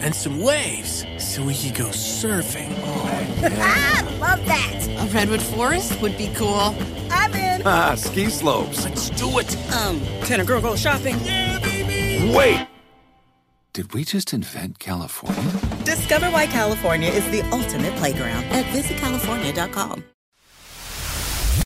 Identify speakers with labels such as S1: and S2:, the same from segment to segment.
S1: And some waves so we could go surfing. Oh,
S2: Ah, love that.
S3: A redwood forest would be cool.
S2: I'm in.
S4: Ah, ski slopes.
S1: let's do it!
S5: Um, can a girl go shopping?
S4: Wait! Did we just invent California?
S5: Discover why California is the ultimate playground at visitcalifornia.com.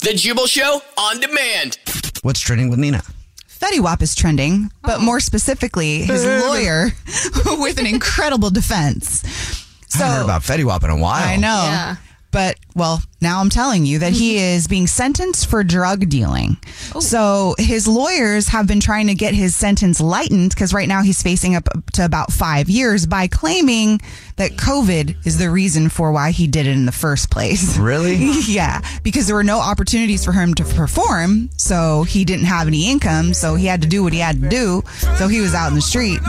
S1: The Jubal Show on demand.
S6: What's trending with Nina?
S7: Fetty Wap is trending, but more specifically, his lawyer with an incredible defense.
S6: I haven't heard about Fetty Wap in a while.
S7: I know. But, well, now I'm telling you that he is being sentenced for drug dealing. So his lawyers have been trying to get his sentence lightened because right now he's facing up to about five years by claiming that COVID is the reason for why he did it in the first place.
S6: Really?
S7: yeah, because there were no opportunities for him to perform, so he didn't have any income, so he had to do what he had to do. So he was out in the streets.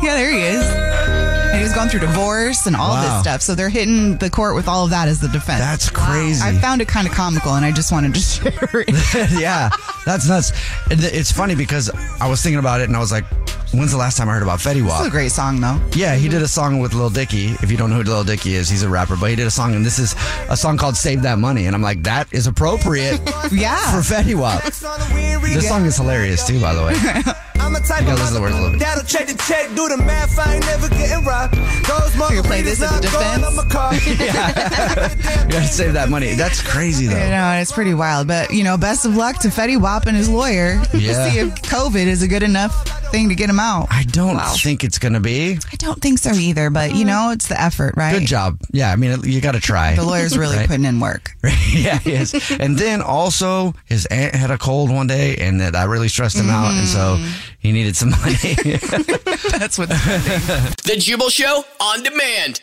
S7: yeah, there he is. And he was going through divorce and all
S6: Wow.
S7: this stuff. So they're hitting the court with all of that as the defense.
S6: That's crazy.
S7: I found it kind of comical, and I just wanted to share it.
S6: yeah, that's nuts. And th- It's funny because I was thinking about it and I was like, when's the last time I heard about Fetty
S7: It's a
S6: Wap?
S7: great song, though.
S6: Yeah, he did a song with Lil Dicky. If you don't know who Lil Dicky is, he's a rapper, but he did a song and this is a song called Save That Money. And I'm like, that is appropriate for
S7: Yeah.
S6: Fetty Wap. This song is hilarious too, by the way.
S8: I'm a type
S6: You gotta listen to the words a little bit.
S8: That'll check the check, do the math, I ain't never getting robbed. Those
S7: gonna play this at the
S8: motherfuckers not
S7: defense?
S8: going on my car.
S6: You gotta save that money. That's crazy though.
S7: You know, it's pretty wild, but you know, best of luck to Fetty Wap and his lawyer
S6: Yeah.
S7: to see if COVID is a good enough thing to get him out.
S6: I don't think it's gonna be.
S7: I don't think so either, but you know, it's the effort, right?
S6: Mm-hmm. Good job. Yeah, I mean, you gotta try.
S7: The lawyer's really
S6: Right?
S7: putting in work.
S6: yeah, he is. And then also, his aunt had a cold one day, and that, that really stressed him out. And so he needed some money.
S7: Mm. That's what.
S1: The Jubal Show on demand.